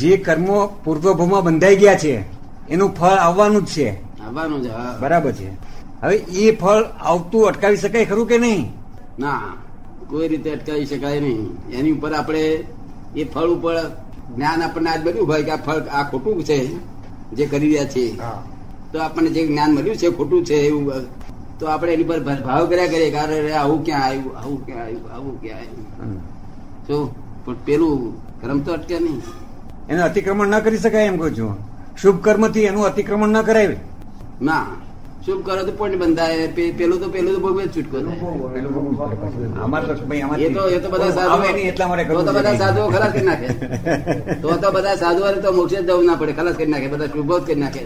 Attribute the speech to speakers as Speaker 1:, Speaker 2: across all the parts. Speaker 1: જે કર્મો પૂર્વભૂમાં બંધાઈ ગયા છે એનું ફળ આવવાનું જ છે
Speaker 2: આવવાનું જ હા.
Speaker 1: બરાબર છે હવે એ ફળ આવતું અટકાવી શકાય ખરું કે નહીં
Speaker 2: ના કોઈ રીતે અટકાવી શકાય નહીં એની ઉપર આપણે એ ફળ ઉપર જ્ઞાન આપણને આજ મળ્યું હોય કે આ ફળ આ ખોટું છે જે કરી રહ્યા છે તો આપણને જે જ્ઞાન મળ્યું છે ખોટું છે એવું તો આપણે એની પર ભાવ કર્યા કરીએ કે અરે અરે, આવું ક્યાં આવ્યું આવું ક્યાં આવ્યું આવું ક્યાં આવ્યું
Speaker 1: હમ.
Speaker 2: જો પણ પેલું કર્મ તો અટકે નહીં
Speaker 1: એનું અતિક્રમણ ન કરી શકાય એમ કહું છું શુભ કર્મથી એનું અતિક્રમણ ન કરાય
Speaker 2: ના શુભ કરો તો પુણ્ય બંધાય પે- પેલું તો પેલું તો ભોગવે જ છૂટકો થાય.
Speaker 1: અમારે તો ભાઈ આમાંથી-
Speaker 2: એ તો એ તો બધા
Speaker 1: આવે નહીં એટલા માટે
Speaker 2: સાધુઓ
Speaker 1: કરવું
Speaker 2: તો
Speaker 1: છે.
Speaker 2: બધા સાધુઓ ખલાસ કરી નાખે તો તો બધા સાધુઓને તો મોક્ષે જ જવું ના પડે ખલાસ કરી નાખે બધા શુભો જ કરી નાખે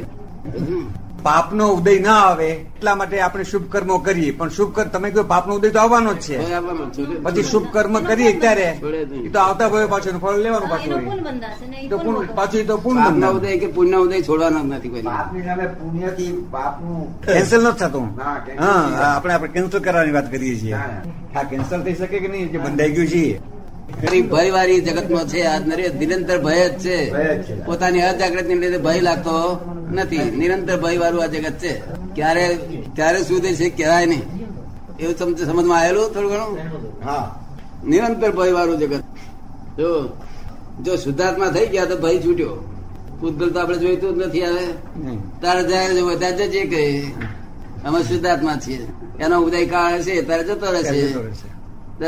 Speaker 1: પાપનો ઉદય ના આવે એટલા માટે આપણે શુભ કર્મો કરીએ પણ શુભ કર્મ તમે કહ્યું પાપનો ઉદય તો આવવાનો જ
Speaker 2: તો
Speaker 1: છે
Speaker 2: એ આપવાનું. છોડે-
Speaker 1: પછી શુભ કર્મ કરીએ ત્યારે
Speaker 2: છોડે નહીં.
Speaker 1: એ તો આવતા ભાવે પાછું એનું ફળ લેવાનું
Speaker 3: હા,
Speaker 1: પાછું
Speaker 3: એનો
Speaker 1: વળી.
Speaker 3: પુન બંધાશે ને એ
Speaker 1: તો
Speaker 3: પુન
Speaker 1: પૂર્ણ
Speaker 3: ભોગવશે.
Speaker 1: પાછું એ તો પૂર્ણ
Speaker 2: પાપના
Speaker 1: બંધાય.
Speaker 2: ઉદય કે પુણ્યના ઉદય છોડવાનો જ નથી કોઈને
Speaker 4: પાપની સામે પુણ્યથી પાપનું
Speaker 1: કેન્સલ નથી થતું
Speaker 4: ના,
Speaker 1: હા
Speaker 4: cancel થઈ જાય.
Speaker 1: આપણે આપણે કેન્સલ કરવાની વાત કરીએ છીએ
Speaker 4: ના,
Speaker 1: હા કેન્સલ થઈ શકે કે નહીં જે બંધાઈ ગયું છે
Speaker 2: ઘણી ભયવાળી જગતમાં છે આ નરે- નિરંતર ભય જ છે
Speaker 4: ભય જ છે.
Speaker 2: પોતાની અજાગૃતિને લીધે ભય લાગતો નથી નિરંતર ભય વાળું આ જગત છે ક્યારે ક્યારે શું થશે કહેવાય નહીં એવું તમને સમજમાં આવેલું થોડું ઘણું
Speaker 4: હા
Speaker 2: નિરંતર ભય વાળું જગત જો જો શુદ્ધાત્મા થઈ ગયા તો ભય છૂટ્યો પૂતગલ તો આપણે જોઈતું જ નથી આવે
Speaker 1: નહીં.
Speaker 2: તારે જાય જવું હોય ત્યારે જજે કહે અમે શુદ્ધાત્મા છીએ એનો ઉદય કાળ હશે ત્યારે જતો રહેશે તો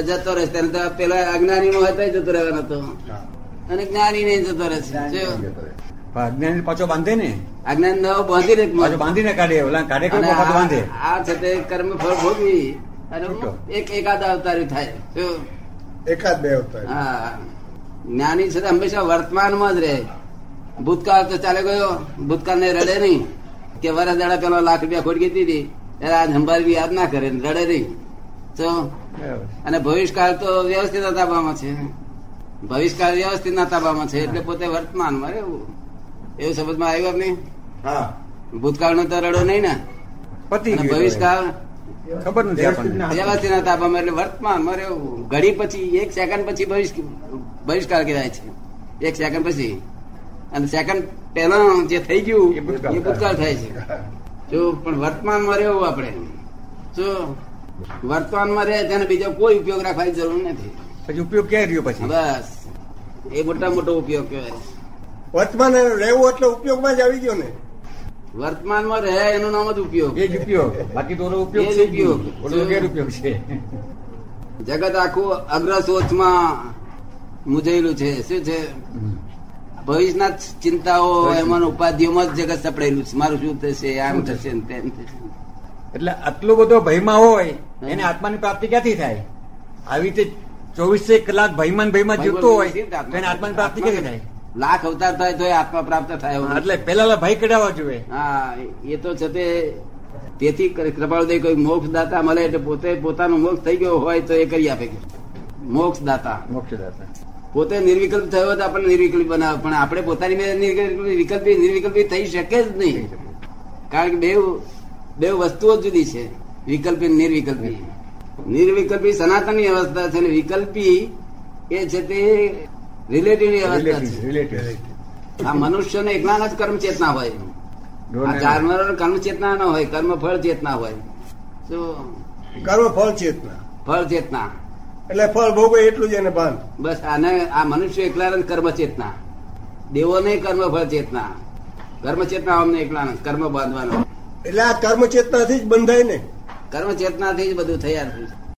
Speaker 2: જતો રહેશે ત્યારે તો પેલા અજ્ઞાની નો હતો જતો રહેવાનો હતો અને જ્ઞાની નહીં જતો રહેશે જો
Speaker 1: પણ અજ્ઞાની પાછો બાંધે ને
Speaker 2: અજ્ઞાન નવો બાંધી રહે
Speaker 1: પાછો બાંધીને કાઢે ઓલા કાઢે કે
Speaker 2: અને
Speaker 1: પાછો
Speaker 2: આ
Speaker 1: બાંધે
Speaker 2: આ છે તે કર્મ ફળ ભોગવી અને
Speaker 1: છૂટો.
Speaker 2: એક એકાદ અવતારી થાય જો
Speaker 5: એકાદ બે અવતાર
Speaker 2: હા જ્ઞાની છે તે હંમેશા વર્તમાનમાં જ રહે ભૂતકાળ તો ચાલે ગયો ભૂતકાળ ને રડે નહીં કે વરા દાડા પેલો લાખ રૂપિયા ખોટ ગીતી હતી ત્યારે આ સંભાળવી યાદ ના કરે ને રડે નહીં તો
Speaker 1: બરાબર.
Speaker 2: અને ભવિષ્યકાળ તો વ્યવસ્થિત તાબામાં છે ભવિષ્યકાળ વ્યવસ્થિત ના તાબામાં છે એટલે પોતે વર્તમાનમાં રહેવું એવું સમજમાં આવ્યું આપને
Speaker 4: હા
Speaker 2: ભૂતકાળનો તો રડો નહીં ને
Speaker 1: પતી
Speaker 2: અને
Speaker 1: ગયું
Speaker 2: ભવિષ્યકાળ
Speaker 1: હવે. ખબર નથી આપણને
Speaker 2: વ્યવસ્થિત ના તાબામાં એટલે વર્તમાનમાં રહેવું ઘડી પછી એક સેકન્ડ પછી ભવિષ્ય ભવિષ્યકાળ કહેવાય છે એક સેકન્ડ પછી અને સેકન્ડ પહેલા જે થઈ ગયું
Speaker 1: એ
Speaker 2: એ
Speaker 1: ભૂતકાળ.
Speaker 2: ભૂતકાળ થાય છે જો પણ વર્તમાનમાં રહેવું આપણે જો વર્તમાનમાં રહે તેને બીજો કોઈ ઉપયોગ રાખવાની જરૂર નથી
Speaker 1: પછી ઉપયોગ ક્યાં રહ્યો પછી
Speaker 2: બસ એ મોટા મોટો ઉપયોગ કહેવાય
Speaker 5: વર્તમાન રહેવું એટલે ઉપયોગમાં જ આવી ગયો ને
Speaker 2: વર્તમાનમાં રહે એનું નામ જ ઉપયોગ
Speaker 1: એ જ ઉપયોગ બાકી તો ઓલો ઉપયોગ
Speaker 2: એ જ
Speaker 1: છે જ નહીં.
Speaker 2: ઉપયોગ.
Speaker 1: ઓલો ગેરઉપયોગ છે
Speaker 2: જગત આખું અગ્રશોચમાં મુજાયેલું છે શું છે ભવિષ્યના જ ચિંતાઓ એમાં ઉપાધિઓમાં જ જગત સપડાયેલું છે મારું શું થશે આમ થશે ને તેમ થશે
Speaker 1: એટલે આટલો બધો ભયમાં હોય એને આત્માની પ્રાપ્તિ ક્યાંથી થાય આવી રીતે ચોવીસે કલાક ભયમાં ને ભયમાં જીવતો હોય તો એને આત્માની પ્રાપ્તિ ક્યાંથી થાય
Speaker 2: લાખ અવતાર થાય તો આત્મા પ્રાપ્ત થાય એવું નથી.
Speaker 1: એટલે પેલા ભય કઢાવવા જોઈએ
Speaker 2: હા એ તો છે તે તેથી કૃપાળુદેવ કોઈ મોક્ષ દાતા મળે એટલે પોતે પોતાનો મોક્ષ થઈ ગયો હોય તો એ કરી આપે મોક્ષ દાતા પોતે નિર્વિકલ્પ થયો તો આપણને નિર્વિકલ્પ બનાવે પણ આપણે પોતાની મેળે નિર્વિકલ્પ- વિકલ્પી નિર્વિકલ્પી થઈ શકે જ નહીં કારણ કે બે બે વસ્તુઓ જુદી છે વિકલ્પી અને નિર્વિકલ્પી નિર્વિકલ્પી સનાતનની અવસ્થા છે અને વિકલ્પી એ છે તે રિલેટિવની અવસ્થા છે આ મનુષ્યને એકલાના જ કર્મ ચેતના હોય આ જાનવરોને કર્મ ચેતના ન હોય કર્મ ફળ ચેતના હોય શું
Speaker 5: કર્મ ફળ ચેતના
Speaker 2: ફળ ચેતના
Speaker 5: એટલે ફળ ભોગવે એટલું જ એને ભાન
Speaker 2: બસ આને આ મનુષ્ય એકલા જ કર્મ ચેતના દેવોને કર્મ ફળ ચેતના કર્મ ચેતના અમને એકલા કર્મ બાંધવાનો
Speaker 5: એટલે આ કર્મ ચેતનાથી જ બંધાય ને
Speaker 2: કર્મ ચેતનાથી જ બધું તૈયાર થયું છે.